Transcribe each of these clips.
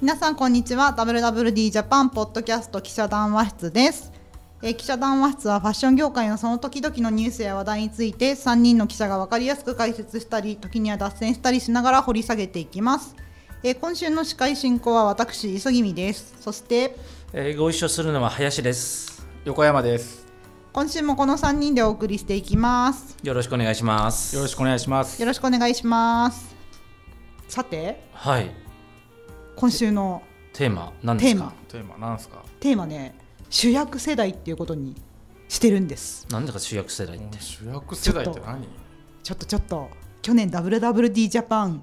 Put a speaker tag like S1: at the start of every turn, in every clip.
S1: 皆さんこんにちは WWD ジャパンポッドキャスト記者談話室ですえー記者談話室はファッション業界のその時々のニュースや話題について3人の記者が分かりやすく解説したり時には脱線したりしながら掘り下げていきますえー今週の司会進行は私磯君ですそして
S2: えーご一緒するのは林です。
S3: 横山です。
S1: 今週もこの3人でお送りしていきます
S2: よろしくお願いします。
S3: よろしくお願いします。
S1: よろしくお願いしますさて
S2: はい。
S1: 今週の
S2: テーマ何で
S1: テ
S2: す
S1: ー
S2: か。
S1: マ
S3: テーマなんですか。
S1: テーマね主役世代っていうことにしてるんです
S2: なんだか主役世代って。
S3: 主役世代って何？
S1: ちょっとちょっと去年 WWD ジャパン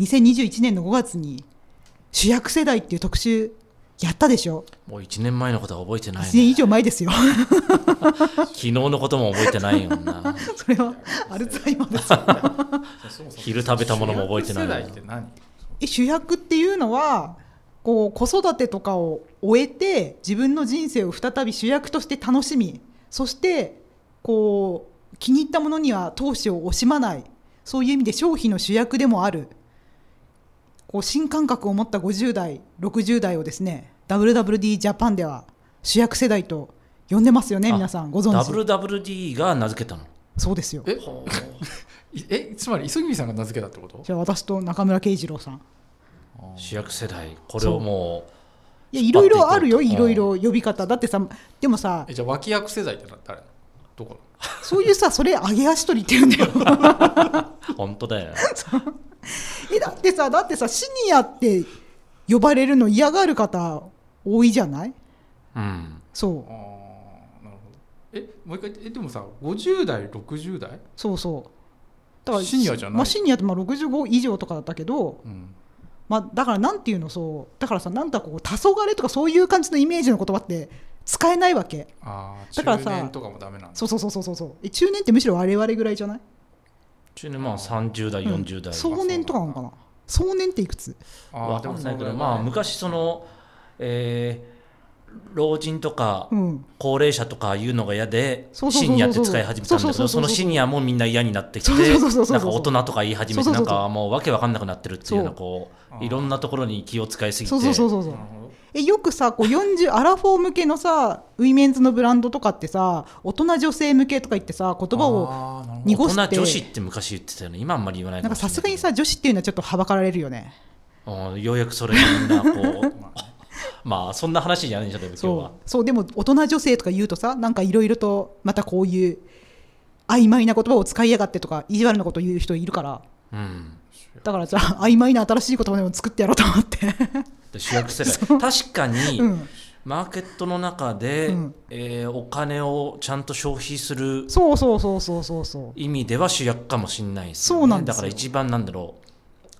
S1: 2021年の5月に主役世代っていう特集やったでしょ
S2: もう一年前のことは覚えて
S1: 1
S2: ない、
S1: 年以
S2: ね。
S1: 上前ですよ
S2: 昨日のことも覚えてないよな。
S1: それはアルツハイマーですよ
S2: 昼食べたものも覚えてない
S3: 主役世代って何？
S1: え主役っていうのはこう子育てとかを終えて自分の人生を再び主役として楽しみそしてこう気に入ったものには投資を惜しまないそういう意味で商品の主役でもあるこう新感覚を持った50代60代をですね WWD ジャパンでは主役世代と呼んでますよね
S2: あ
S1: 皆さんご存知
S2: WWD が名付けたの。
S1: そうですよ
S3: え、いえ、つまり磯君さんが名付けたってこと？
S1: じゃあ私と中村慶次郎さん
S2: 主役世代。これをも
S1: いやいろいろあるよ
S2: 引っ
S1: い
S2: 張っ
S1: ろ
S2: て
S1: い
S2: いこ
S1: ろ呼び方だってさでもさ
S3: え、じゃあ脇役世代ってな誰？どこ？
S1: そういうさ、それ上げ足取りって言うんだ よ。
S2: う本当だよ。
S1: え、だってさ、だってさ、シニアって呼ばれるの嫌がる方多いじゃない
S2: うん。
S1: そ
S3: あ
S1: う、
S3: ーなるほど。え、もう一回えでもさ、50代、60代？
S1: そうそう。
S3: シニアじゃない
S1: まあ、シニアってまあ65以上とかだったけど、
S3: うん。
S1: まあ、だからなんていうのそう、だからさ、なんだこう、黄昏とかそういう感じのイメージの言葉って使えないわけ。
S3: ああ、
S1: だから
S3: 中
S1: さ
S3: 年とかもダメなんだ。
S1: そうそうそうそうそうそう。え中年ってむしろ我々ぐらいじゃない
S2: 中年まあ三十代
S1: うん
S2: 四十代。
S1: 壮年とかなのかな壮年っていくつ
S3: あ
S2: わ
S3: ーで
S2: か
S3: も
S2: ん
S3: そ
S2: な
S3: の
S2: い
S3: ぐ
S2: け
S3: ら
S2: ど
S3: い
S2: まあ昔その、えー老人とか
S1: うん。
S2: 高齢者とかいうのが嫌で
S1: そうそうそうそう
S2: シニアって使い始めた
S1: そう
S2: んだけ
S1: そうそう
S2: ど
S1: そう
S2: そのシニアもみんな嫌になってき
S1: そうそう
S2: て
S1: そうそうそう
S2: なんか大人とか言い始め
S1: そ
S2: て
S1: うそうんそうそ
S2: な
S1: う
S2: かもうわけわかんなくなってるっていうようなこ
S3: そう
S2: ういろんなところに気を使いすぎて
S1: そうそうそうそうそう
S3: なる。ほど。
S1: えよくさこう40アラフォー向けのさウィメンズのブランドとかってさ大人女性向けとか言ってさ言葉を
S3: あーなるほど
S1: 濁
S2: 大
S1: すっ
S2: 人
S1: て
S2: 女子って昔言ってたよね今あんまり言わない
S1: なんか
S2: もしれ
S1: さ
S2: い
S1: すがにさ女子っていうのはちょっとはばかられるよね
S2: うんようやくそれがみんなこう まあそんな話じゃないんじゃない今日
S1: そ
S2: は
S1: うそうでも大人女性とか言うとさなんかいろいろとまたこういう曖昧な言葉を使いやがってとか意地悪なこと言う人いるから
S2: うん
S1: だからじゃあ曖昧な新しい言葉でも作ってやろうと思って
S2: で主役世代確かに、
S1: うん
S2: マーケットの中で、
S1: うん
S2: えーお金をちゃんと消費する
S1: そうそうそうそうそうそう
S2: 意味では主役かもしれないですよね
S1: そうなんですよ
S2: だから一番なんだろ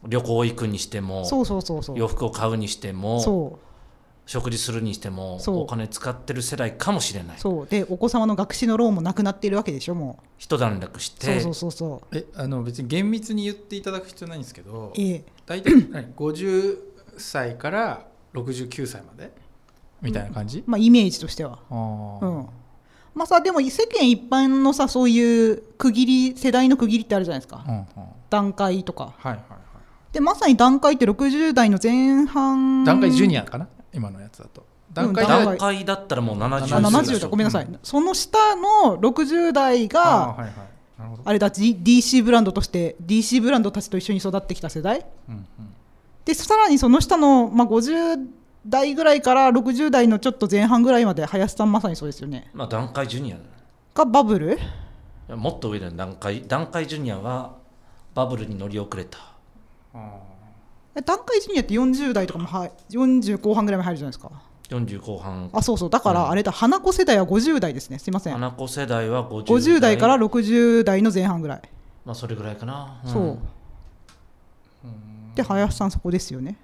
S2: う旅行行くにしても
S1: そうそうそうそう
S2: 洋服を買うにしても
S1: そう
S2: 食事するにしても
S1: そう
S2: お金使ってる世代かもしれない
S1: そうでお子様の学資のローンもなくなっているわけでしょも
S2: 一段落し
S1: うそう
S2: て
S1: そうそうそう
S3: えあの別に厳密に言っていただく必要ないんですけど
S1: ええ
S3: 大 体何50歳から69歳までみたいな感じ、
S1: まあ、イメージとしては。
S3: あ
S1: う
S3: ー
S1: んまあ、さでも世間一般のさそういう区切り世代の区切りってあるじゃないですか、
S3: うんうん
S1: 段階とか
S3: はいはいは
S1: でまさに段階って60代の前半
S3: い段階ジュニアかな今のやつだと段階
S1: うん段階
S3: で
S2: 段階だったらもう70
S1: あ
S3: 70
S1: 70
S2: でし
S1: 代
S2: ょ
S1: ごめんなさい、
S3: うん
S1: その下の60代
S3: あー
S1: が
S3: はいはいなるほど
S1: あれだ、G、DC ブランドとして DC ブランドたちと一緒に育ってきた世代
S3: うん
S1: でさらにその下の、まあ、50代ぐらいから60代のちょっと前半ぐらいまで林さんまさにそうですよね
S2: まあ段階ジュニアだね
S1: がバブル
S2: いやもっと上だよ段階段階ジュニアはバブルに乗り遅れた
S3: うんあ
S1: え段階ジュニアって40代とかもは40後半ぐらいまで入るじゃないですか
S2: 40後半
S1: あそうそうだからあれだ、花子世代は50代ですねすいません
S2: 花子世代は50
S1: 50代から60代の前半ぐらい、
S2: まあそれぐらいかな、ん
S1: そうで林さんそこですよね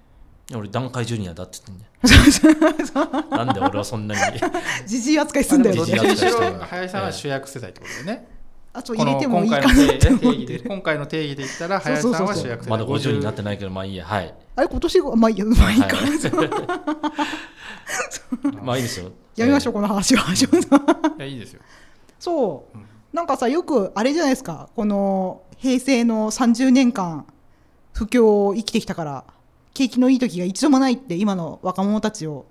S2: 俺段階ジュニアだって言って んだよなんで俺はそんなに
S1: じじい扱いす
S3: ー
S1: んだ
S3: でも
S1: よ
S3: ど
S1: ど
S3: っ
S1: っ
S3: ち
S1: ち
S2: じじ
S1: も
S2: い
S3: にし
S2: 扱いして
S3: ろ
S2: る
S3: 林さんは主役世代ってことだよね、
S1: あそう
S3: こ
S1: 入れ
S3: の
S1: てもいい
S3: 今
S1: か
S3: 回
S1: な
S3: の定
S1: って
S3: 定
S1: 思っ
S3: 義で
S1: て
S3: 今回の定義で言ったら
S1: そう
S3: 林
S1: そうそう
S3: さんは主役世代
S2: まだ50になってないけどまあいいやはい、
S1: あれ今年ごまあいいやまあいいか、
S2: はいまあいいですよ
S1: やめましょう
S2: う、
S1: この話は
S3: いやいいですよ
S1: そう、
S3: うん
S1: なんかさよくあれじゃないですかこの平成の30年間不況を生きてきたから景気のいい時が一度もないって今の若者たちを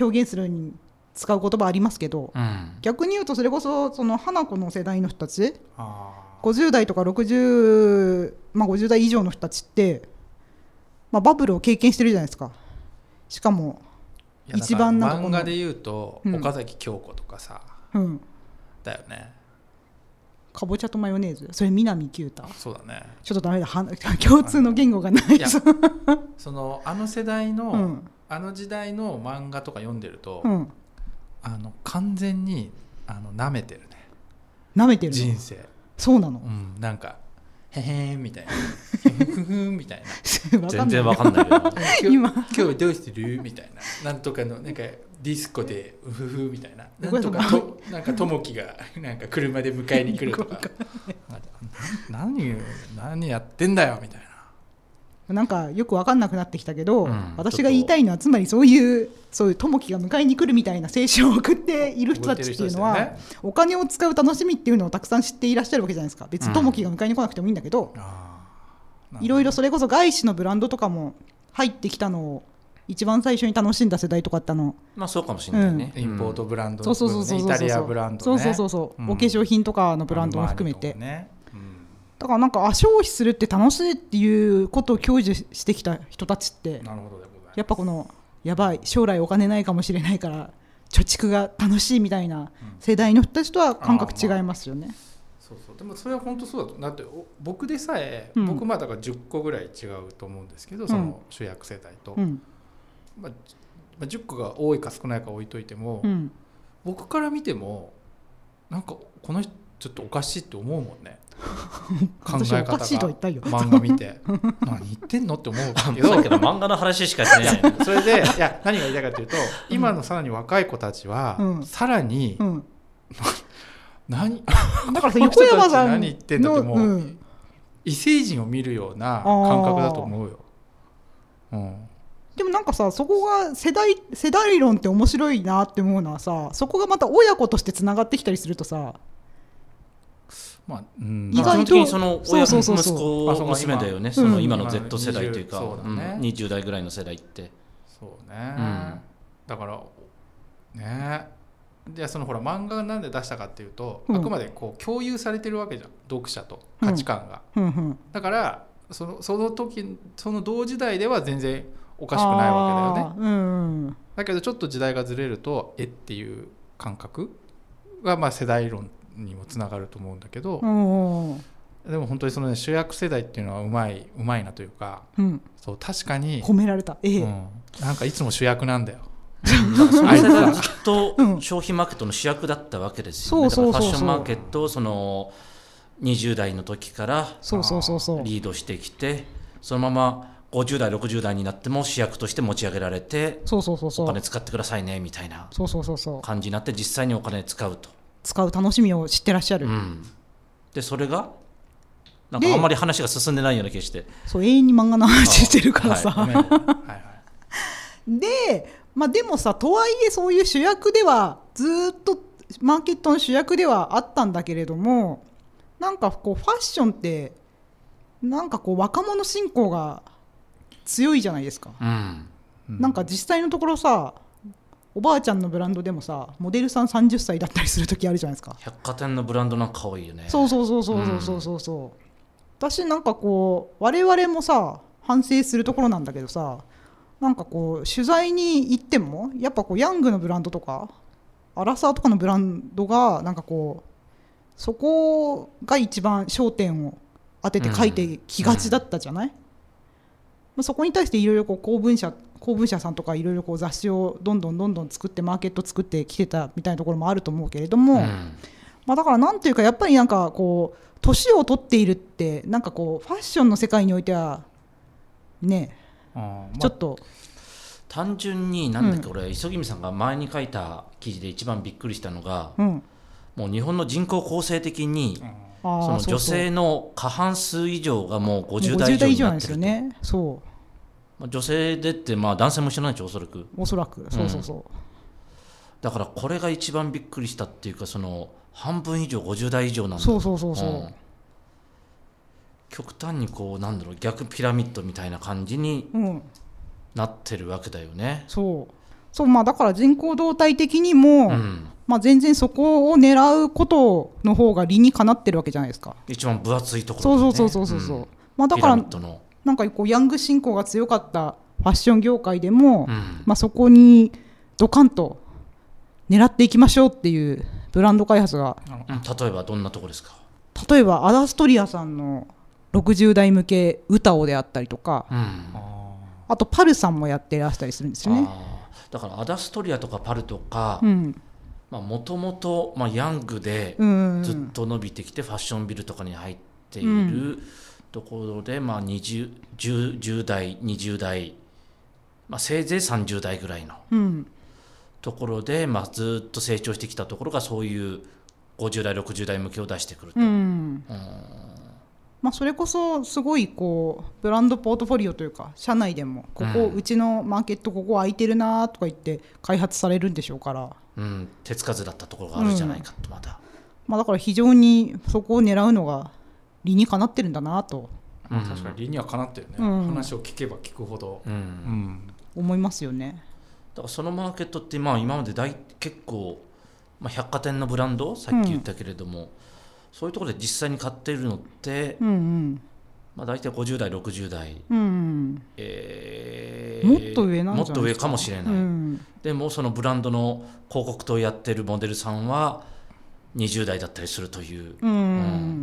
S1: 表現するのに使う言葉ありますけど、
S2: うん
S1: 逆に言うとそれこそその花子の世代の人たち
S3: あ
S1: 50代とか60、まあ、50代以上の人たちって、まあ、バブルを経験してるじゃないですかしかも、
S3: ーいやだから
S1: 一番なんかこの
S3: 漫画で言うと、
S1: うん
S3: 岡崎京子とかさ
S1: うん、
S3: だよね
S1: かぼちゃとマヨネーズそれ南九太
S3: そうだね
S1: ちょっとダメだは共通の言語がない
S3: いやそのあの世代の、
S1: うん
S3: あの時代の漫画とか読んでると、
S1: うん
S3: あの完全にあの舐めてるね
S1: なめてる
S3: 人
S1: の
S3: 生、
S1: そうな
S3: う
S1: の
S3: ん、なんか「へへん」みたいな「ふふふん」みたいな
S1: わか
S2: 全
S1: んない
S2: 然わかんないけど
S3: 「
S1: 今
S3: 今日はどうしてる?」みたいななんとかのなんかディスコで「うふふ」みたいな
S1: ごめ
S3: な
S1: ん
S3: んと
S1: な
S3: か
S1: さい
S3: となんかともきがなんか車で迎えに来るとか「な何何やってんだよ」みたいな。
S1: なんかよく分かんなくなってきたけど、
S2: うん
S1: 私が言いたいのはつまりそういうそういう友樹が迎えに来るみたいな青春を送っている人たちっていうのは、
S3: 送ってる人で
S1: お金を使う楽しみっていうのをたくさん知っていらっしゃるわけじゃないですか別に友樹が迎えに来なくてもいいんだけど、いろいろそれこそ外資のブランドとかも入ってきたのを一番最初に楽しんだ世代とかってあの、
S2: まあそうかもしれないね、
S3: インポートブランド
S1: そうそうそうそう
S3: イ
S1: そう
S3: タ
S1: そ
S3: リア
S1: う
S3: ブランド、ね、
S1: そうそうそうそう、
S3: うん
S1: お化粧品とかのブランドも含めて、
S3: アルマーニとかね
S1: だからなんかあ消費するって楽しいっていうことを享受してきた人たちって
S3: うんなるほどでございます
S1: やっぱこのやばい将来お金ないかもしれないから貯蓄が楽しいみたいな世代の人たちとは感覚違いますよね。
S3: そうそうでもそれは本当そうだとだってお僕でさえ、
S1: うん
S3: 僕まあだから10個ぐらい違うと思うんですけどその主役世代と、
S1: うん
S3: まあじまあ、10個が多いか少ないか置いといても、
S1: うん、
S3: 僕から見てもなんかこの人ちょっとおかしいって思うもんね考
S1: 私お
S3: え方が
S1: かしいとは言ったよ。
S3: 漫画見て 何言ってんのって思う けど
S2: さっきの漫画の話しかしてないね
S3: それでいや何が言いたいかというと今のさらに若い子たちは、
S1: うん
S3: さらに、
S1: うん、
S3: 何
S1: だからさ
S3: この
S1: 横
S3: 人
S1: 山
S3: た
S1: さ
S3: ち
S1: ん
S3: 何言ってんだってもう
S1: うん
S3: 異星人を見るような感覚だと思うよ。うん、
S1: でもなんかさそこが世代世代論って面白いなって思うのはさそこがまた親子としてつながってきたりするとさ
S3: まあ、うん、
S1: 意
S2: まあ
S1: 外
S2: 基
S1: と
S2: 本的にその親
S1: そう
S2: の
S1: そう
S2: 息
S1: そうそう
S2: 子
S3: あそう
S2: 娘だよね、
S3: 今
S2: その
S1: うん
S2: 今の Z 世代というか、
S3: そうだね
S2: うん20代ぐらいの世代って。
S3: そうね、
S2: うん
S3: だからねでそのほら漫画がなんで出したかっていうと、
S1: うん
S3: あくまでこう共有されてるわけじゃん読者と価値観が、
S1: うんうん
S3: だからそのその時その同時代では全然おかしくないわけだよね
S1: あーうんうん
S3: だけどちょっと時代がずれるとえっていう感覚がまあ世代論にもつながると思うんだけど
S1: う、んうん
S3: でも本当にその、ね、主役世代っていうのはうまいうまいなというか
S1: うん
S3: そう確かに、
S1: 褒められたええ、
S3: うん、なんかいつも主役なん だよ。
S2: その
S3: あいつ
S2: 世代
S3: ら
S2: はきっと
S1: うん
S2: 消費マーケットの主役だったわけですよね。だか
S1: そ
S2: ら
S1: う
S2: フ
S1: そ
S2: ァ
S1: う
S2: ッ
S1: そうそう
S2: ションマーケットをその20代の時から
S1: そうそうそうそう
S2: リードしてきて、そのまま50代、60代になっても主役として持ち上げられて、
S1: そうそうそうそ
S2: お
S1: う
S2: 金使ってくださいねみたいな
S1: そうそうそうそう
S2: 感じになって、実際にお金使うと。
S1: 使う楽しみを知ってらっしゃる、
S2: うんで、それが、なん
S1: で
S2: かあんまり話が進んでないような気がして。
S1: そう永遠に漫画の話してるからさ、
S2: あは
S3: ごめんはいはい
S1: で、まあ、でもさとはいえそういう主役ではずーっとマーケットの主役ではあったんだけれどもなんかこうファッションってなんかこう若者信仰が強いじゃないですか、
S2: うん
S3: うん
S1: なんか実際のところさおばあちゃんのブランドでもさモデルさん30歳だったりする時あるじゃないですか
S2: 百貨店のブランドなんか多いよね。
S1: そうそうそうそうそうそうそうそう、私なんかこう我々もさ反省するところなんだけどさなんかこう取材に行ってもやっぱこうヤングのブランドとかアラサーとかのブランドがなんかこうそこが一番焦点を当てて書いてきがちだったじゃない、まあ、そこに対していろいろこう公文社公文社さんとかいろいろこう雑誌をどんどんどんどん作ってマーケット作ってきてたみたいなところもあると思うけれども、
S2: うん
S1: まあ、だからなんていうかやっぱりなんかこう年を取っているってなんかこうファッションの世界においてはね、
S3: うんまあ
S1: ちょっと
S2: 単純になんだっけ、俺磯君さんが前に書いた記事で一番びっくりしたのが、
S1: うん
S2: もう日本の人口構成的に、
S1: あー
S2: その
S1: そう
S2: 女
S1: そう
S2: 性の過半数以上がもう
S1: もう
S2: 50代以上
S1: 代以
S2: に
S1: 上な
S2: なんっ
S1: です
S2: て
S1: よ
S2: ると、
S1: ねそ
S2: まあ女性でってまあ男性も一緒なんでしょおそらく
S1: うおそらくそうそうそう、
S2: だからこれが一番びっくりしたっていうかその半分以上50代以上なんだ
S1: そうそうそうそう、
S2: うん極端にこうなんだろう逆ピラミッドみたいな感じに
S1: うん、
S2: なってるわけだよね。
S1: そうそうまあだから人口動態的にも、
S2: うん、
S1: まあ、全然そこを狙うことの方が理にかなってるわけじゃないですか。
S2: 一番分厚いところだ
S1: そ
S2: よ
S1: う
S2: ね、
S1: そうそうそうそうそう、
S2: ん
S1: まあだ
S2: ピ
S1: か
S2: ラ
S1: ら
S2: ミッドの、
S1: なんかこうヤング信仰が強かったファッション業界でも、
S2: うん
S1: まあ、そこにドカンと狙っていきましょうっていうブランド開発が
S2: うん例えばどんなとこですか、
S1: 例えばアダストリアさんの60代向け歌をであったりとか
S2: うん
S3: あ
S1: あとパルさんもやってらしたりするんですよね。
S2: あーだからアダストリアとかパルとか
S1: うん
S2: もともとヤングで
S1: うん
S2: ずっと伸びてきてファッションビルとかに入っていうるところで、まあ、20 10, 10代20代、まあ、せいぜい30代ぐらいの
S1: うん
S2: ところで、まあ、ずっと成長してきたところがそういう50代60代向けを出してくると、
S1: うん
S2: うん
S1: まあ、それこそすごいこうブランドポートフォリオというか社内でもここ、
S2: う
S1: うちのマーケットここ空いてるなとか言って開発されるんでしょうから、
S2: うん、手つかずだったところがあるじゃないかとまだ、
S1: まあ、だから非常にそこを狙うのが理にかなってるんだなと
S3: ーまあ確かに理にはかなってるね、
S1: うん
S3: 話を聞けば聞くほど、
S2: うん
S3: うん
S1: 思いますよね。
S2: だからそのマーケットって、まあ、今まで大結構、まあ、百貨店のブランドさっき言ったけれども、そういうところで実際に買っているのって、
S1: うんうん
S2: まあ、大体50代60代、
S1: うんうん
S2: え
S1: もっと上なんじゃないですか
S2: もっと上かもしれ
S1: う
S2: ない、
S1: ん
S2: でもそのブランドの広告塔をやってるモデルさんは20代だったりするという、
S1: うん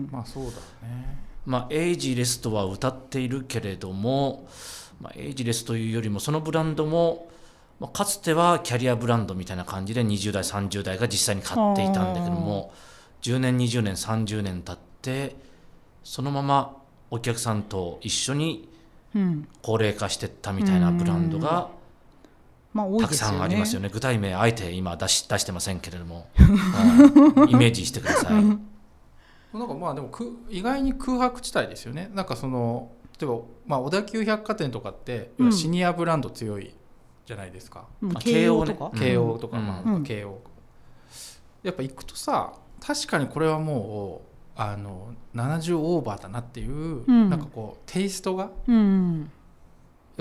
S1: ん
S3: まあそうだね
S2: まあ、エイジレスとは歌っているけれども、まあ、エイジレスというよりもそのブランドも、まあ、かつてはキャリアブランドみたいな感じで20代30代が実際に買っていたんだけども10年20年30年経ってそのままお客さんと一緒に
S1: うん
S2: 高齢化していったみたいなブランドが
S1: まあ多い
S2: たく
S1: です
S2: さ
S1: よね。
S2: んありますよね具体名あえて今出し出してませんけれ ども、はいイメージしてください。
S3: なんかまあでもく意外に空白地帯ですよねなんかその例えば、まあ、小田急百貨店とかって
S1: うん
S3: シニアブランド強いじゃないですか、
S1: うん
S2: まあ
S1: 慶応とか
S2: うん
S3: 慶応とか、
S2: うん
S3: まあ
S1: うん
S3: 慶応やっぱ行くとさ確かにこれはもうあの70オーバーだなっていう、
S1: うん
S3: なんかこうテイストがや
S1: うん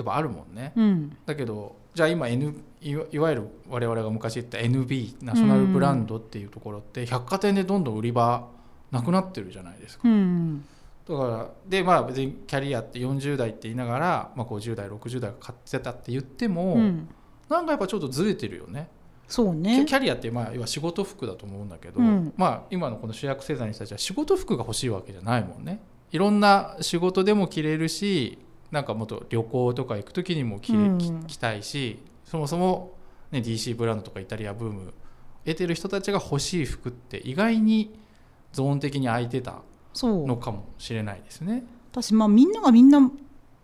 S3: っぱあるもんね
S1: うん
S3: だけどじゃあ今、N、いわいわゆる我々が昔言った NB ナショナルブランドっていうところって百貨店でどんどん売り場なくなってるじゃないですか
S1: うん
S3: だからでまあ別にキャリアって40代って言いながら、まあ、50代60代が買ってたって言っても、
S1: うん
S3: なんかやっぱちょっとずれてるよね
S1: そう
S3: キャ
S1: ね
S3: キ。ャリアってまあ要は仕事服だと思うんだけど、
S1: うん
S3: まあ今のこの主役世代の人たちは仕事服が欲しいわけじゃないもんねいろんな仕事でも着れるしなんかもっと旅行とか行く時にも着れ
S1: うん
S3: 着着たいしそもそも、ね、DC ブランドとかイタリアブーム得てる人たちが欲しい服って意外にゾーン的に空いてた
S1: そう
S3: のかもしれないですね。
S1: 私まあみんながみんな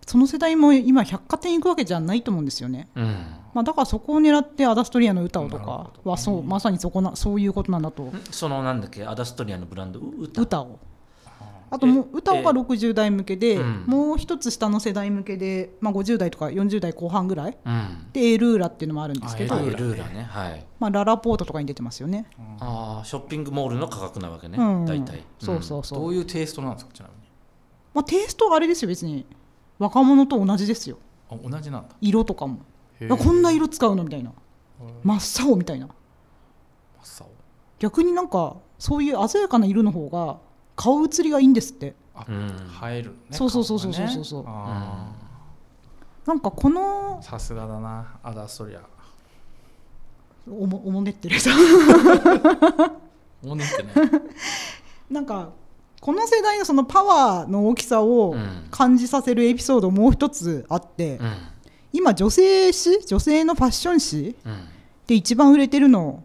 S1: その世代も今百貨店行くわけじゃないと思うんですよね、
S2: うん
S1: まあ、だからそこを狙ってアダストリアの歌をと
S3: なる
S1: か
S3: ほど
S1: はそうまさにそこなそういうことなんだと
S2: そのなんだっけアダストリアのブランドう歌
S1: 歌をあともう歌をが
S2: え
S1: 60代向けで、
S2: うん
S1: もう一つ下の世代向けで、まあ、50代とか40代後半ぐらい
S2: うん
S1: でエルーラっていうのもあるんですけ
S3: エ
S1: ど
S3: ル
S2: あ
S3: ーラ
S2: エルーラねはい
S1: まあ、ララポートとかに出てますよね、
S2: ああショッピングモールの価格なわけね、
S1: うん、
S2: 大体
S1: そうそうそう、
S3: どういうテイストなんですかちなみに
S1: まあ、テイストはあれですよ別に若者と同じですよ
S3: あ同じなんだ
S1: 色とかもあ
S3: へー
S1: こんな色使うのみたいな
S3: うん
S1: 真っ青みたいな
S3: 真っ青
S1: 逆になんかそういう鮮やかな色の方が顔写りがいいんですって
S3: あ
S2: うん、うん
S3: 映えるのね
S1: そうそうそうそう
S3: 顔がね
S1: そうそうそう
S3: あ
S1: なんかこ
S3: ー
S1: の
S3: さすがだなアダストリア
S1: おもおもねってる
S3: おねってね
S1: なんかこの世代のそのパワーの大きさを
S2: うん
S1: 感じさせるエピソードもう一つあって、
S2: うん
S1: 今女性誌女性のファッション誌
S2: うん
S1: で一番売れてるの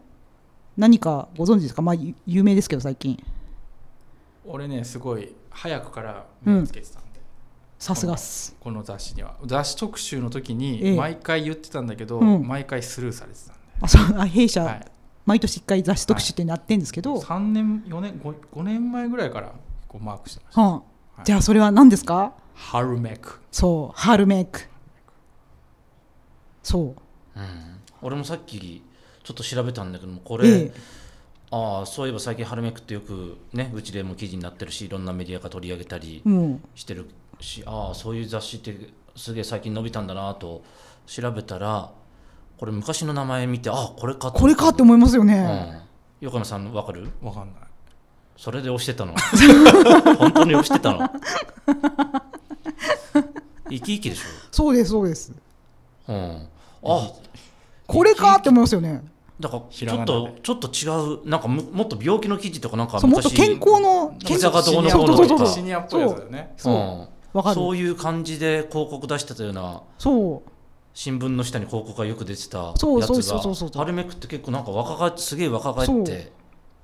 S1: 何かご存知ですかまあゆ有名ですけど最近
S3: 俺ねすごい早くから目をつけてたんで、
S1: さすがっす
S3: この雑誌には雑誌特集の時
S1: え
S3: に
S1: え
S3: 毎回言ってたんだけど、
S1: うん
S3: 毎回スルーされてたん
S1: あそうあ弊社、
S3: で、はい、
S1: 毎年一回雑誌特集ってなってんですけど、
S3: 3年4年 5, 5年前ぐらいからこうマークしてました
S1: はあ
S3: はい
S1: じゃあそれは何ですか
S3: ハルメク
S1: そうハールメイクそう
S2: うん俺もさっきちょっと調べたんだけどもこ
S1: え
S2: れ、
S1: え
S2: ああそういえば最近春めくってよくねうちでも記事になってるしいろんなメディアが取り上げたり
S1: うん、
S2: してるしああそういう雑誌ってすげえ最近伸びたんだなと調べたらこれ昔の名前見てああこれかと
S1: これかって思いますよ
S2: う
S1: ね、
S2: ん横野さんわかる
S3: わかんない
S2: それで押してたの 本当に押してたの生き生きでし
S1: そうですそうです
S2: ょ、うん、あ
S1: これかって思いますよね
S2: だから
S3: ひ
S2: ち
S3: ら
S2: ょっ
S3: がなで
S2: とちょっと違うなんかむもっと病気の記事とかなんか
S1: そうもっと健康の
S2: ピ
S1: 健
S2: ザがどうのこうの
S1: そうそ
S2: と
S1: うそう
S2: か
S1: そう
S3: シニアっぽいやつだよね
S1: そう
S2: うん
S1: わかる
S2: そういう感じで広告出してたような
S1: そう
S2: 新聞の下に広告がよく出てたやつ
S1: そうそうそうそうそう
S2: がアルメクって結構なんか若返ってすげえ若返って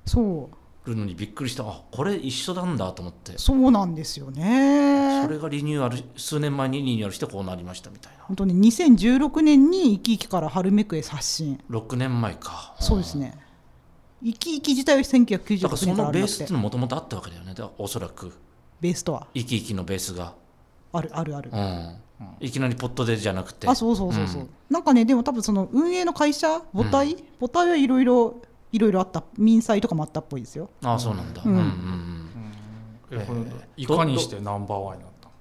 S1: そう
S2: るのにびっくりしたあこれ一緒なんだと思って
S1: そうなんですよね
S2: それがリニューアル数年前にリニューアルしてこうなりましたみたいな
S1: 本当に2016年に生き生きから春めくへ刷新
S2: 6年前か
S1: そうです
S2: ね
S1: ね生き生き自体は1996
S2: だから
S1: 年
S2: そ
S1: から
S2: の
S1: あ
S2: ベ
S1: るんだっ
S2: ースってていうのもともとあったわけだよねだからおそらく
S1: ベースとは
S2: 生き生きのベースが、
S1: あるあるある
S2: うんいきなりポットでじゃなくて
S1: あそうそうそうそう、
S2: うん
S1: なんかねでも多分その運営の会社母体、母体はいろいろいろいろあった民債とかもあったっぽいですよ
S2: あそうなんだ、
S1: うん
S2: うんうんうん
S3: うんえこれ
S2: ええ
S3: いかにしてナンバーワンになったの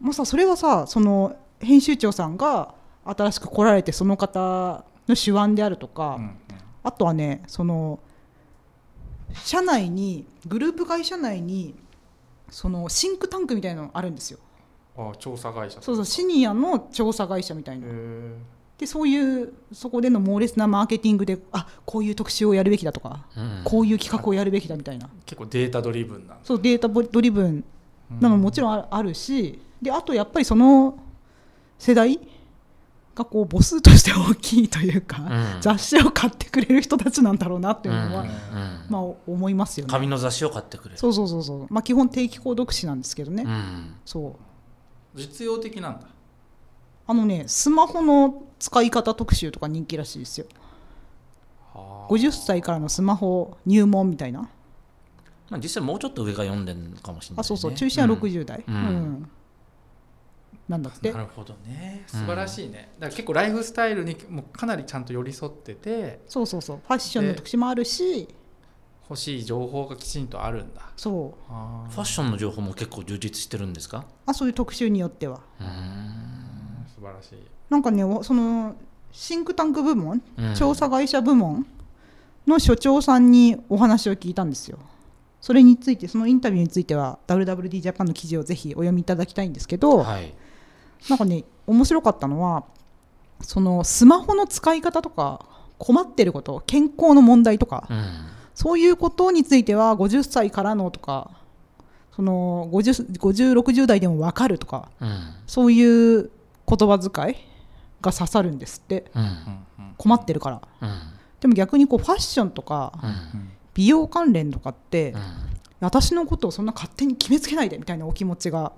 S1: もうさそれはさその編集長さんが新しく来られてその方の手腕であるとか、
S3: うんうん
S1: あとはねその社内にグループ会社内にそのシンクタンクみたいなのあるんですよ
S3: あ調査会社
S1: そうそうシニアの調査会社みたい
S3: へ
S1: な
S3: え
S1: でそういうそこでの猛烈なマーケティングであこういう特集をやるべきだとか
S2: うん
S1: こういう企画をやるべきだみたいな
S3: 結構データドリブンなんだ
S1: そうデータドリブンなのももちろんああるしであとやっぱりその世代がこう母数として大きいというか、
S2: うん
S1: 雑誌を買ってくれる人たちなんだろうなっていうのは、
S2: うんうん
S1: まあ、思いますよね。
S2: 紙の雑誌を買ってくれる
S1: そうそうそうそう、まあ、基本定期購読誌なんですけどね、
S2: うん
S1: そう
S3: 実用的なんだ
S1: あのねスマホの使い方特集とか人気らしいですよ50歳からのスマホ入門みたいな
S2: まあ、実際もうちょっと上が読んでるかもしれない、ね、
S1: あそうそう中心は
S2: うん
S1: 60代、う
S2: うんん
S1: なんだって
S3: なるほどね
S2: うん
S3: 素晴らしいね、だから結構ライフスタイルにもうかなりちゃんと寄り添ってて
S1: そうそうそうファッションの
S3: で
S1: 特集もあるし
S3: 欲しい情報がきちんとあるんだ
S1: そう
S3: あ
S2: フ
S3: ー
S2: ァッションの情報も結構充実してるんですか
S1: あそういう特集によっては
S3: うん素晴らしい
S1: なんかねおそのシンクタンク部門、
S2: うん
S1: 調査会社部門の所長さんにお話を聞いたんですよそれについてそのインタビューについては WWD ジャパンの記事をぜひお読みいただきたいんですけど、
S2: はい
S1: なんかね面白かったのはそのスマホの使い方とか困ってること健康の問題とか、
S2: うん
S1: そういうことについては50歳からのとかその5060代でも分かるとか
S2: うん
S1: そういう言葉遣いが刺さるんですって
S2: うん
S1: 困ってるから
S2: うん
S1: でも逆にこうファッションとか
S2: うん
S1: 美容関連とかって
S2: うん
S1: 私のことをそんな勝手に決めつけないでみたいなお気持ちが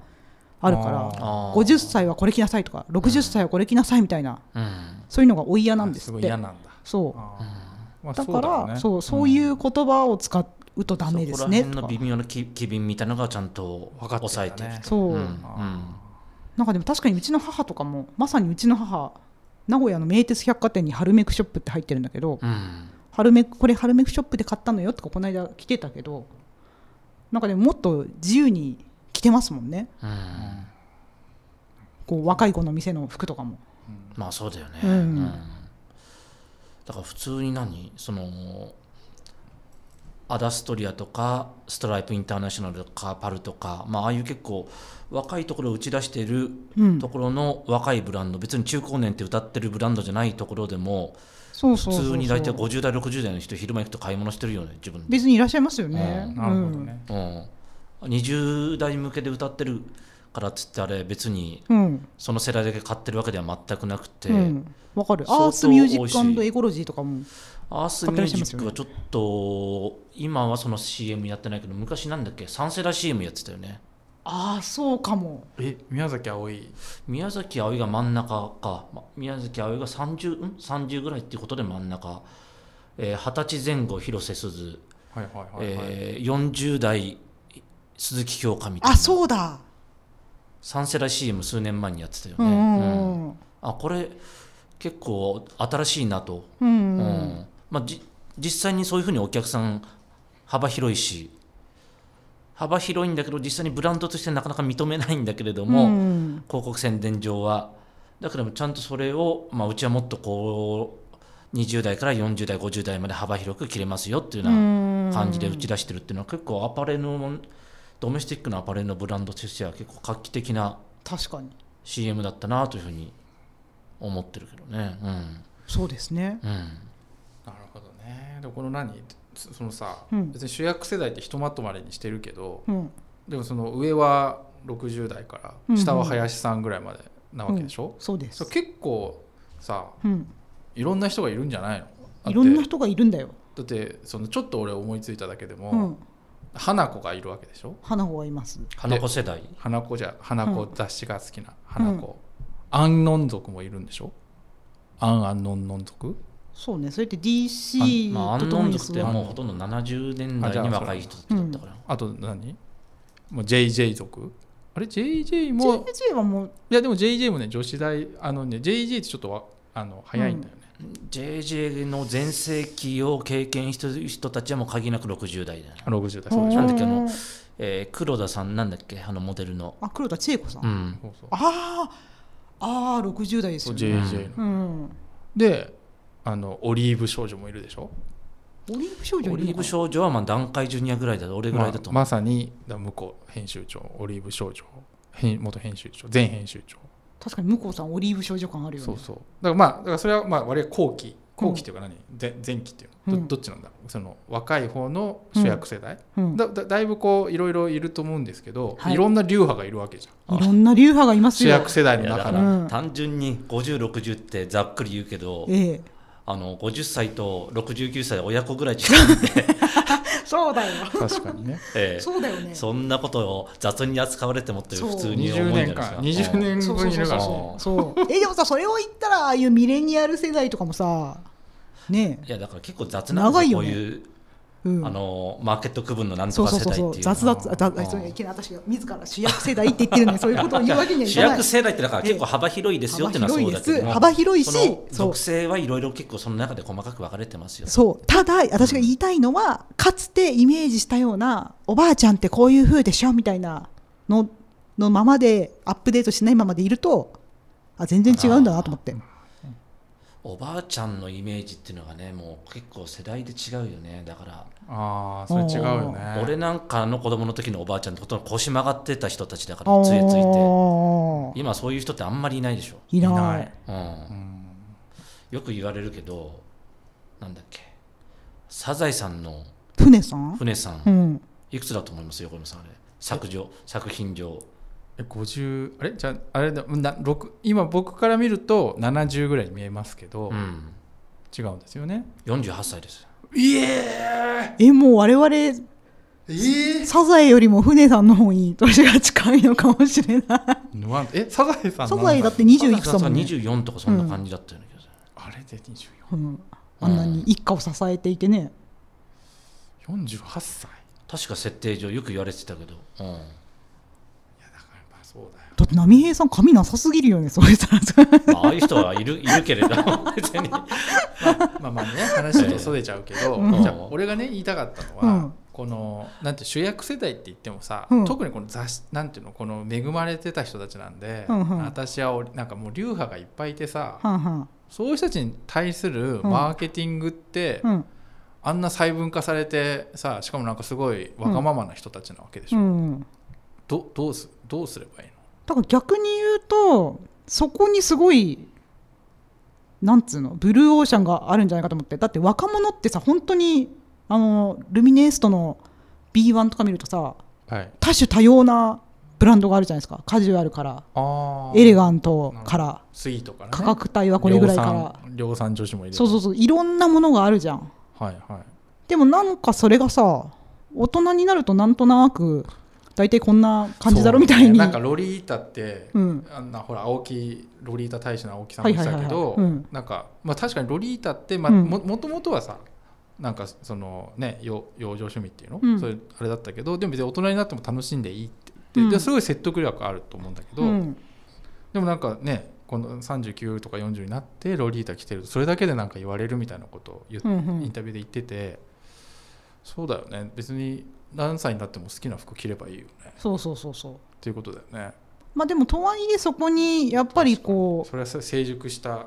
S1: あるから
S2: あー
S1: 50歳はこれ着なさいとか60歳はこれ着なさいみたいな
S2: うん
S1: そういうのがお嫌なんです
S3: ご
S1: っ
S3: い嫌
S1: て
S3: なんだ
S1: そう
S3: あーまあ
S1: だ
S3: そう
S1: か
S3: ろう
S1: ら
S3: ね
S1: そうそういう言葉を使うとダメですね
S2: そこら
S1: とか
S2: 辺の微妙な機機敏みたいなのがちゃんと
S3: 分かってんだね
S2: 抑えてると
S1: そう
S2: うんうん
S3: あ
S1: なんかでも確かにうちの母とかもまさにうちの母名古屋の名鉄百貨店に春めくショップって入ってるんだけど
S2: うん
S1: 春めくこれ春めくショップで買ったのよとかこの間来てたけどなんかでももっと自由に着てますもんね
S2: うん
S1: こう若い子の店の服とかも
S2: まあそうだよね、
S1: うん
S2: だから普通に何そのアダストリアとかストライプインターナショナルとかパルとか、まあ、ああいう結構若いところを打ち出している
S1: うん
S2: ところの若いブランド、別に中高年って歌ってるブランドじゃないところでも
S1: そう
S2: 普
S1: そうそうそう
S2: 通に大体50代60代の人昼間行くと買い物してるよね自分で、
S1: 別にいらっしゃいますよね、
S3: ーなるほどね、
S2: うん、20代向けで歌ってるからっつってあれ別に
S1: うんうん
S2: その世代だけ買ってるわけでは全くなくて、
S1: うんわかる
S2: 相当
S1: アースミュージ
S2: 美味
S1: ッ
S2: し
S1: ク
S2: い
S1: エコロジーとかも
S2: アースミュージックはちょっと、今はその CM やってないけど昔なんだっけサンセラ CM やってたよね
S1: ああそうかも
S3: え宮崎あおい
S2: 宮崎あおいが真ん中か、ま宮崎あおいが 30, ん30ぐらいっていうことで真ん中えー二十、歳前後広瀬すず、
S3: はいはいはいはい、
S2: えー、40代鈴木京香みたいな
S1: あそうだ、
S2: サンセラ CM 数年前にやってたよ
S1: う
S2: ね、
S1: んう
S2: うん
S1: ん
S2: あこれ結構新しいなと、
S1: うん、うん
S2: うんまあ、じ実際にそういうふうにお客さん幅広いし幅広いんだけど実際にブランドとしてなかなか認めないんだけれども、
S1: うん
S2: 広告宣伝上はだからちゃんとそれを、まあ、うちはもっとこう20代から40代50代まで幅広く切れますよっていうような感じで打ち出してるっていうのは結構アパレルのドメスティックなアパレルのブランドとしては結構画期的な
S1: 確かに
S2: CM だったなというふうに思ってるけどね
S1: そうですね
S2: うんうん
S3: なるほどねでもこの何そそのさ、
S1: うん
S3: 別に主役世代ってひとまとまりにしてるけど
S1: うん
S3: でもその上は60代か
S1: うんう
S3: ら
S1: ん
S3: 下は林さんぐらいまでなわけでしょ、
S1: そうです
S3: そう結構さ
S1: うん
S3: いろんな人がいるんじゃないのだって
S1: いろんな人がいるんだよ
S3: だってそのちょっと俺思いついただけでも、
S1: うん
S3: 花子がいるわけでしょ
S1: 花子がいます
S2: 花子世代
S3: 花子じゃ花子雑誌が好きな花子、
S1: う
S3: アンノン族もいるんでしょアンアンノンノン族
S1: そうねそれって DC
S2: まあ、ア
S1: と
S2: ン
S1: と
S2: ノ
S1: も
S2: ン
S1: に
S2: 族
S1: す
S2: ってもうほとんど70年代に若い人たちだったから、
S3: あと何もう JJ 族あれ JJ も
S1: JJ はもう
S3: いやでも JJ もね女子大あのね JJ ってちょっとわあの早いんだよね、
S2: JJ の全盛期を経験した人たちはもう限りなく60代だよね、
S3: 60代そうでし
S2: な
S3: ょ
S2: んだっけあ
S1: う
S2: の
S1: ん
S2: えー黒田さんなんだっけあのモデルの
S1: あ黒田千恵子さん、
S2: う
S1: あ
S2: ん
S3: そうそう
S1: あああ60代です
S3: そ
S1: よ
S3: う
S1: ね、
S3: JJ の、
S1: うん、オ
S3: であのオリーブ少女もいるでしょ
S1: リーブ少女いるの
S2: オ
S1: かな
S2: リーブ少女はまあ段階ジュニアぐらいだと俺ぐらいだと思う、
S3: まあまさにだ向こう編集長オリーブ少女編元編集長前編集長
S1: 確かに向こうさんオリーブ少女感あるよね
S3: そうそうだからまあだからそれはまあ我々後期後期っていうか何、前前期っていうのど,、
S1: うん
S3: どっちなんだろうその若い方の主役世代、
S1: うん
S3: だだだいぶこういろいろいると思うんですけど、
S1: はい
S3: い、ろんな流派がいるわけじゃん
S1: いろんな流派がいます
S3: 主
S1: よ
S3: 役世代
S2: い
S3: の
S2: やだか、
S3: 中からら
S1: うん
S2: 単純に5060ってざっくり言うけど
S1: ええ
S2: あの50歳と69歳親子ぐらい違う んで、
S1: そうだよ
S3: 確かにね
S2: え え
S1: そうだよね
S2: そんなことを雑に扱われてもって
S1: そう
S2: 普通に思う
S3: 20
S2: んじゃないで
S3: 年
S2: すか
S3: 間20年
S1: そう
S3: 分いるから
S2: そう
S3: ね
S1: そうそうそうえでもさそれを言ったらああいうミレニアル世代とかもさね
S2: いやだから結構雑なん
S1: 長
S2: で
S1: い
S2: す
S1: よ
S2: よ、
S1: ね
S2: こういう、
S1: え、うん、
S2: あのマーケット区分のなん
S1: そ
S2: と
S1: う
S2: か
S1: そう
S2: 世
S1: そう
S2: 代
S1: そう
S2: っ
S1: 雑だつ
S2: ていう
S1: あだ
S2: うん
S1: あそういきなり私が自ら主役世代って言ってるのにそういうことを言うわけにはい
S2: 主
S1: かない
S2: 役世代ってだから結構幅広いですよっていうのはそうだけども
S1: 幅広いです幅
S2: そ
S1: 広いし
S2: の
S1: そう
S2: 属性はいろいろ結構その中で細かく分かれてますよ
S1: そうただ私が言いたいのはかつてイメージしたようなおばあちゃんってこういう風でしょみたいなののままでアップデートしないままでいるとあ全然違うんだなと思って
S2: おばあちゃんのイメージっていうのがねもう結構世代で違うよねだから、
S3: ああそれ違うよね
S2: 俺なんかの子供の時のおばあちゃんってほとんど腰曲がってた人たちだか
S1: あ
S2: ら杖ついて
S1: ー
S2: 今そういう人ってあんまりいないでしょ、
S1: いない
S3: いない
S2: うん
S3: うん
S2: よく言われるけどなんだっけサザエさんの
S1: 船さん、
S2: 船さん、
S1: うん、
S2: いくつだと思います横山さんあれ作上作品上
S3: え50あれじゃああれだな六今僕から見ると70ぐらいに見えますけど、
S2: うん
S3: 違うんですよね
S2: 48歳です
S3: いえ
S1: えもう我々
S3: ええ
S1: サザエよりも船さんの方に年が近いのかもしれない
S3: えサザエさん
S1: サ
S3: なん
S1: ザエだって20いくつだもんね、
S2: 24とかそんな感じだったような気がする、
S3: あれで24
S1: うん、あんなに一家を支えていてね
S3: 48歳
S2: 確か設定上よく言われてたけど、うん、
S3: いやだからまあそうだよ
S1: だって波平さん髪なさすぎるよねそういう人
S2: まあ、ああいう人はいるいるけれど別に、
S3: まあまあね話とそれちゃうけど、
S1: うん
S3: じゃあ俺がね言いたかったのは、
S1: うん
S3: このなんて主役世代って言ってもさ、
S1: うん
S3: 特にこの雑誌なんていうのこの恵まれてた人たちなんで、
S1: うんうん
S3: 私はおなんかもう流派がいっぱいいてさ、
S1: はんはん
S3: そういう人たちに対するマーケティングって、
S1: うん
S3: あんな細分化されてさしかもなんかすごいわがままな人たちなわけでし
S1: う
S3: ょ、
S1: ん
S3: どどうすどうすればいいの
S1: だから逆に言うとそこにすごいなんつうのブルーオーシャンがあるんじゃないかと思ってだって若者ってさ本当にあのルミネーストの B1 とか見るとさ
S3: はい、
S1: 多種多様なブランドがあるじゃないですかカジュアルから
S3: あ
S1: エレガントから
S3: スイートから、ね、
S1: 価格帯はこれぐらいから
S3: 量産量産女子もいる
S1: そうそうそういろんなものがあるじゃん
S3: はいはい
S1: でもなんかそれがさ大人になるとなんとなく大体こんな感じだろみたい
S3: そう
S1: に
S3: ねなんかロリータって、
S1: うん
S3: あんなほら青木ロリータ大使の青木さんも言ってたけ
S1: はい
S3: ど
S1: はいはいはいうん
S3: なんか、まあ、確かにロリータって、まあ
S1: うん
S3: ももともとはさなんかそのねよ養生趣味っていうの、
S1: うん
S3: それあれだったけどでも別に大人になっても楽しんでいいって言って
S1: うん
S3: ですごい説得力あると思うんだけど、
S1: うん
S3: でもなんかねここの39とか40になってロリータ着てるとそれだけでなんか言われるみたいなことを言っ
S1: うんうん
S3: インタビューで言っててそうだよね別に何歳になっても好きな服着ればいいよね
S1: そうそうそうそう
S3: っていうことだよね
S1: まあでもとはいえそこにやっぱりこ
S3: それは成熟した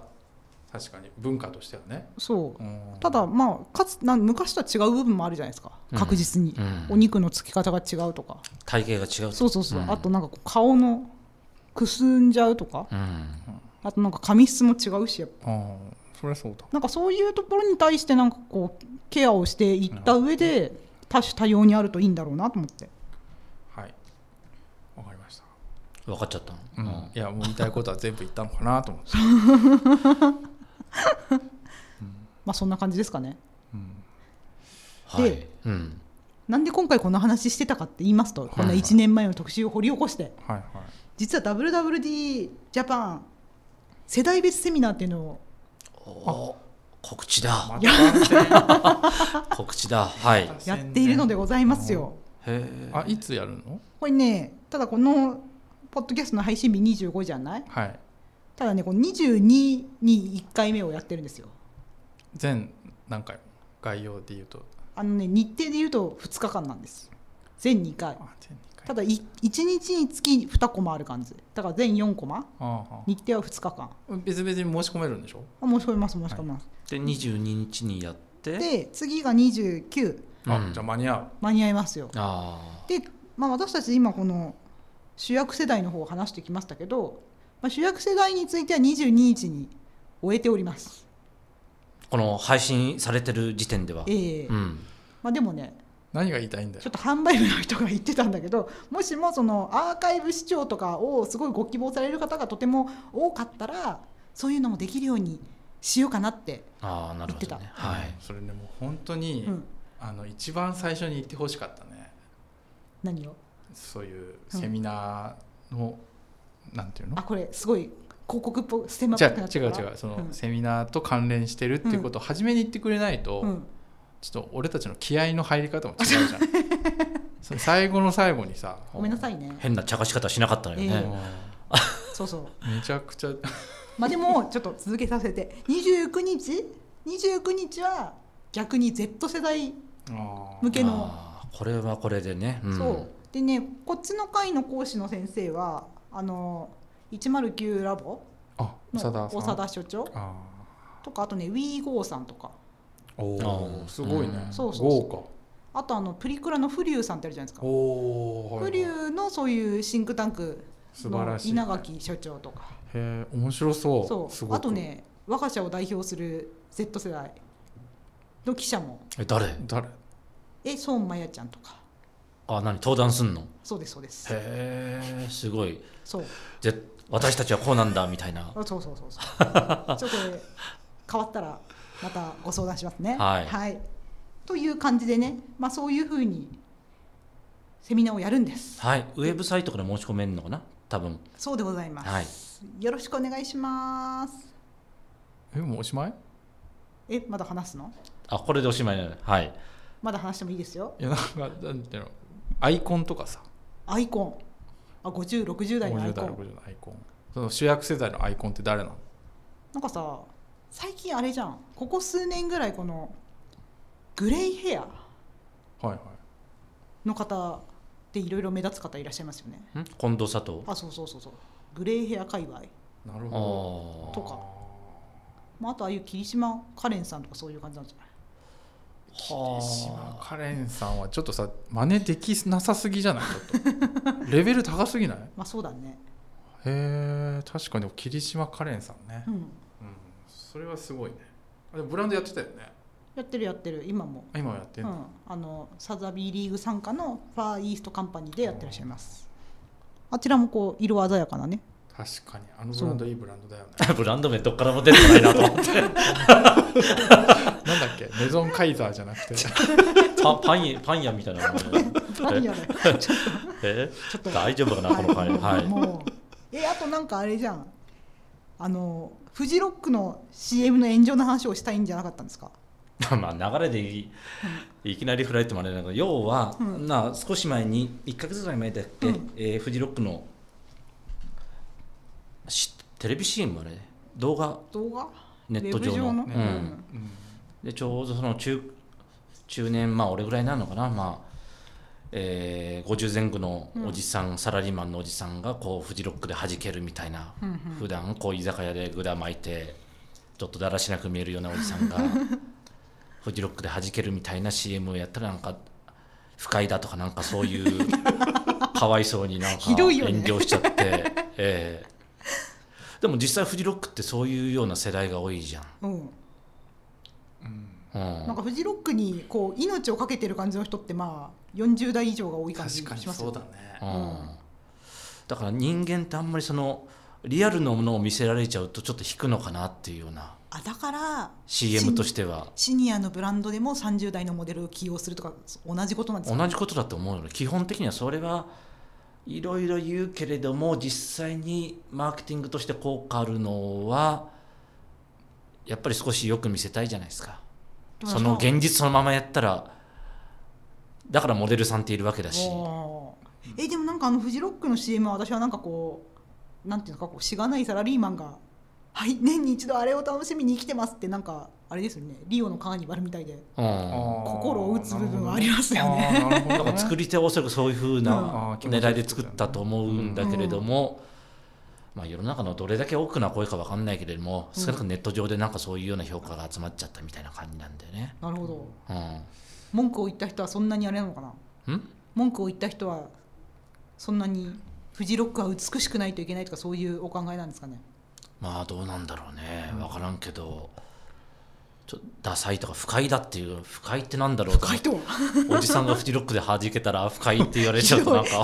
S3: 確かに文化としてはね、
S1: うそう
S3: うん
S1: ただまあかつなん昔とは違う部分もあるじゃないですか
S2: うん
S1: 確実に、
S2: うん
S1: お肉のつき方が違うとか
S2: 体型が違うと
S1: そうそうそう、
S2: うん
S1: あとなんかこう顔のくすんじゃうとか
S2: うん
S1: あとなんか髪質も違うしやっぱ
S3: うんそれはそうだ
S1: なんかそういうところに対してなんかこうケアをしていった上で多種多様にあるといいんだろうなと思って
S3: はいわかりました、
S2: 分かっちゃったの、
S3: うん
S2: うん
S3: いやもう言いたいことは全部言ったのかなと思って、
S1: まあそんな感じですかね
S3: うん
S2: はい
S1: で
S2: うん
S1: なんで今回この話してたかって言いますと、
S3: い
S1: こんな1年前の特集を掘り起こして
S3: はいはい
S1: 実は WWD ジャパン世代別セミナーっていうのを
S2: おー告知だ
S3: また
S2: 告知だはいへ
S1: やっているのでございますよ。
S2: え
S3: あいつやるの
S1: これねただこのポッドキャストの配信日25じゃない
S3: はい
S1: ただねこの22に1回目をやってるんですよ
S3: 全何回も概要で言うと
S1: あのね日程で言うと2日間なんです全2回
S3: あ全2回
S1: ただ1日につき2コマある感じだから全4コマ
S3: ああ
S1: 日程は2日間
S3: 別々に申し込めるんでしょ
S1: あ申し込みます申し込みます、
S2: で22日にやって
S1: で次が29
S3: あ、
S2: うん
S3: じゃあ間に合
S1: 間に合いますよ
S2: あ
S1: で、まあ、私たち今この主役世代の方を話してきましたけど、まあ、主役世代については22日に終えております
S2: ーこの配信されてる時点では、
S1: ええ
S2: うん
S1: まあ、でもね
S3: う何が言いたいんだ
S1: ちょ
S3: よ
S1: っと販売部の人が言ってたんだけどもしもそのアーカイブ視聴とかをすごいご希望される方がとても多かったらそういうのもできるようにしようかなって、
S2: ああなるほど
S1: 言っ
S2: ね
S1: て
S2: はい
S3: それねもう本当に、
S1: うん、
S3: あの一番最初に言ってほしかったね
S1: 何を
S3: そういうセミナーの、なんていう
S1: あ
S3: の
S1: これすごい広告っぽステマっ
S3: じ
S1: ぽ
S3: ゃ
S1: くなっ
S3: 違
S1: た
S3: う
S1: から
S3: 違うその、
S1: うん
S3: セミナーと関連してるっていうことを初めに言ってくれないと、
S1: うん、
S3: ちょっと俺たちの気合の入り方も違うじ ゃんそれ最後の最後にさ
S1: ごめんなさいね
S2: 変な茶化し方しなかったのよ
S1: え
S3: も
S1: え
S2: ね、
S3: う
S1: そうそう
S3: めちゃくちゃ
S1: まあでもちょっと続けさせて29日29日は逆に Z 世代、向けの
S2: あーこれはこれでね、うん
S1: そうでねこっちの会の講師の先生はあの109ラボ
S3: あ
S1: の
S3: 長田さん
S1: 長田所長
S3: あ
S1: とかあとね WeGo さんとか
S3: ーお
S2: あ
S3: お
S2: ー
S3: すごいね、
S2: うん
S1: そうそうそう
S3: 豪華
S1: あとあのプリクラのフリューさんってあるじゃないですか
S3: おお、
S1: フリューのそういうシンクタンク
S3: 素晴
S1: の
S3: らしい
S1: 稲垣所長とか
S3: へえ面白そう
S1: そ
S3: す
S1: う
S3: ごく
S1: あとね我が社を代表する Z 世代の記者も
S2: え誰
S3: 誰へ
S1: え孫真也ちゃんとか
S2: あ何登壇すんの
S1: そうですそうです
S2: へえすごい
S1: そう
S2: ぜ私たちはこうなんだみたいな
S1: あそうそうそうそう ちょっと変わったらまたご相談しますね
S2: はい
S1: という感じでね、まあ、そういうふうにセミナーをやるんです
S2: はいウェブサイトから申し込めるのかな多分
S1: そうでございます、
S2: はい
S1: よろしくお願いします
S3: えもうおしまい
S1: えまだ話すの
S2: あこれでおしまいなのはい
S1: まだ話してもいいですよ
S3: いやなんかなんていうのアイコンとかさ
S1: アイコンあ5060代のアイ
S3: 50
S1: コン
S3: 代60代のアイコンその主役世代のアイコンって誰なの
S1: なんかさ最近あれじゃんここ数年ぐらいこのグレイヘア
S3: はいはい
S1: の方でいろいろ目立つ方いらっしゃいますよね
S2: ん近藤佐藤
S1: あそうそうそうそうグレイヘア界隈
S3: なる
S2: あ
S3: ほ
S2: ー
S3: ど
S1: とかまあ、あとああいう霧島カレンさんとかそういう感じなんじゃない
S2: はあ
S3: 霧島カレンさんはちょっとさ真似できなさすぎじゃないち ょっとレベル高すぎないへ
S1: まあそうだね
S3: え確かに霧島カレンさんね、
S1: うん
S3: うん、それはすごいねあでもブランドやってたよね
S1: やってるやってる今も、
S3: あ今もやって
S1: うん
S3: の、
S1: ん、あのサザビーリーグ傘下のファーイーストカンパニーでやってらっしゃいますあちらもこう色鮮やかなね
S3: 確かにあのブランドいいブランドだよね
S2: ブランド名どっからも出てこないなと思って
S3: なんだっけメゾンカイザーじゃな くて
S2: パパン屋パン屋みたいなもの
S1: 何 やねちょっ
S2: えちょっ
S1: と
S2: と大丈夫かなこの会
S1: は
S2: はいい
S1: もうえあとなんかあれじゃんあのフジロックの CM の炎上の話をしたいんじゃなかったんですか
S2: まあ流れでいいきなり振られてもあれだけど要は、
S1: うん
S2: なあ少し前に1か月ぐらい前だっけ、
S1: うん
S2: えーフジロックのしテレビ CM あれ動画
S1: 動画
S2: ネット上の
S1: ウェ
S2: う
S1: ブ
S3: 上の
S2: ん、でちょうどその中中年まあ俺ぐらいになるのかなまあえー、50前後のおじさん、サラリーマンのおじさんがこうフジロックで弾けるみたいな、
S1: うんうん
S2: 普段こう居酒屋でグラ巻いてちょっとだらしなく見えるようなおじ さんがフジロックで弾けるみたいな CM をやったらなんか不快だとかなんかそういうかわいそうになんか
S1: ひ
S2: 遠
S1: どいよね
S2: 慮しちゃ って、ええでも実際フジロックってそういうような世代が多いじゃん。
S1: うん、
S2: うん、
S1: なんかフジロックにこう命をかけてる感じの人ってまあ40代以上が多い感じ
S3: 確
S1: し
S3: か
S1: ま
S3: に
S1: すよ
S3: そうだ
S2: う
S3: ね
S1: うん
S2: んだから人間ってあんまりそのリアルのものを見せられちゃうとちょっと引くのかなっていうような
S1: あだからシ
S2: CM
S1: ニ
S2: としては
S1: シニアのブランドでも30代のモデルを起用するとか同じことなんですか
S2: 同じことだと思うよね基本的にはそれはいろいろ言うけれども実際にマーケティングとして効果あるのはやっぱり少しよく見せたいじゃないですか
S1: でも
S2: その現実そのままやったらだからモデルさんっているわけだし
S1: おーえでもなんかあのフジロックの CM は私はなんかこうなんていうんですかこうしがないサラリーマンが「はい年に一度あれを楽しみに生きてます」ってなんかあれですよねリオのカーニバルみたいで
S2: うん
S1: 心を打つ部分はありますよね
S3: ねなるほ ど
S2: だから作
S3: り
S2: り手はおそらくそういうふう
S3: うんあ
S2: な
S3: ー気持ち
S2: 狙
S3: 悪
S2: い
S3: い
S2: で作ったと思うんだけれども、まあ、世の中のどれだけ多くな声か分かんないけれども少なくともネット上でなんかそういうような評価が集まっちゃったみたいな感じなんだよね。
S1: なるほど
S2: う
S1: 文句を言った人はそんなにあれなのかなん
S2: ん
S1: 文句を言った人はそんなにフジロックは美しくないといけないとかそういうお考えなんですかね
S2: まあどうなんだろうね分からんけどちょダサいとか不快だっていう不快ってなんだろうと思って
S1: とは
S2: おじさんがフジロックで弾けたら不快って言われちゃうとなんか、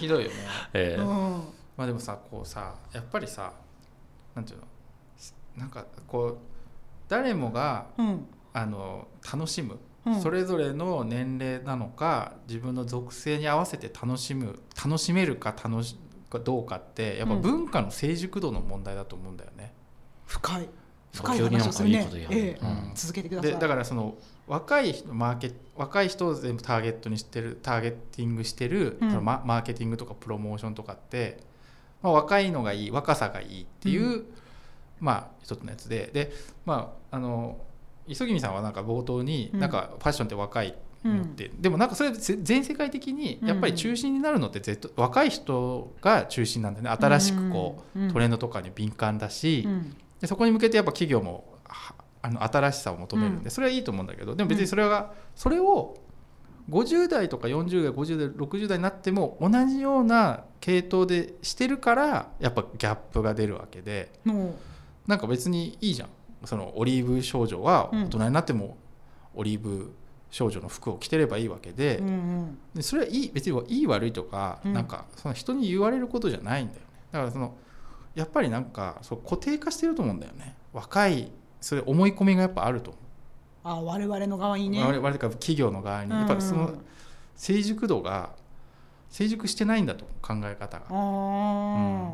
S3: ひどいよね
S2: ええ
S3: まあでもさこうさやっぱりさなんていうのなんかこう誰もが
S1: うん
S3: あの楽しむ、
S1: うん
S3: それぞれの年齢なのか自分の属性に合わせて楽しむ楽しめるか楽しかどうかってやっぱ
S1: うん
S3: 文化の成熟度の問題だと思うんだよね。
S1: 深い深い
S2: 急にな
S1: 話
S2: ん
S1: をす
S2: か
S1: る
S2: いい
S1: ね
S2: こと言う
S1: ええ
S2: う
S3: うん
S1: 続けてくださ
S3: で
S1: い
S3: だからその若い人マーケ若い人を全部ターゲットにしてるターゲッティングしてる、
S1: うん
S3: そのママーケティングとかプロモーションとかって、まあ、若いのがいい若さがいいっていう、
S1: う
S3: まあ一つのやつででまああの磯君さんはなんか冒頭に、
S1: うん
S3: なんかファッションって若いのって、でもなんかそれぜ全世界的にやっぱり中心になるのって絶対若い人が中心なんだよね新しくこう、
S1: うん
S3: トレンドとかに敏感だし、
S1: うん
S3: でそこに向けてやっぱ企業もはあの新しさを求めるんで、
S1: うん
S3: それはいいと思うんだけどでも別にそれが、それを50代とか40代50代60代になっても同じような系統でしてるからやっぱギャップが出るわけで
S1: の
S3: なんか別にいいじゃんそのオリーブ少女は
S1: うん
S3: 大人になってもオリーブ少女の服を着てればいいわけ
S1: う
S3: で,で、
S1: んうん
S3: それはいい別にいい悪いとか、
S1: うん
S3: なんかその人に言われることじゃないんだよねだからそのやっぱりなんかそう固定化してると思うんだよね若いそれ思い込みがやっぱあると思
S1: あ我々の側に
S3: う、
S1: ね
S3: 我々か企業の側にやっぱその成熟度が成熟してないんだと思う考え方が
S1: あ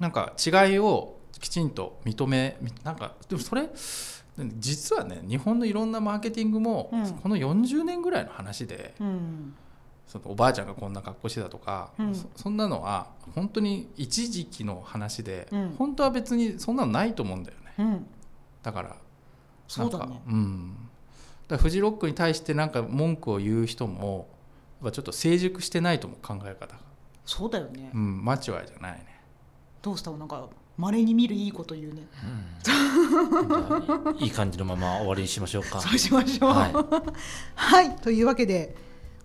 S3: なんか違いをきちんと認めみなんかでもそれ実はね日本のいろんなマーケティングも、
S1: うん
S3: この40年ぐらいの話で
S1: ーうん
S3: そのおばあちゃんがこんな格好してたとか、
S1: うん
S3: そそんなのは本当に一時期の話で、
S1: うん
S3: 本当は別にそんなのないと思うんだよね
S1: うん
S3: だから
S1: そうだね
S3: なんかうんだからフジロックに対してなんか文句を言う人もやっぱちょっと成熟してないと思う考え方が、
S1: そうだよね
S3: うん、マチュアじゃないね
S1: どうしたのなんか稀に見るいいこと言うね
S2: うんいい感じのまま終わりにしましょうか。
S1: そうしましょう
S2: はい
S1: はい、というわけで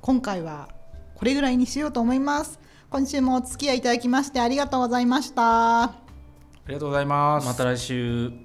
S1: 今回はこれぐらいにしようと思います。今週もお付き合いいただきましてありがとうございました。
S3: ありがとうございます
S2: また来週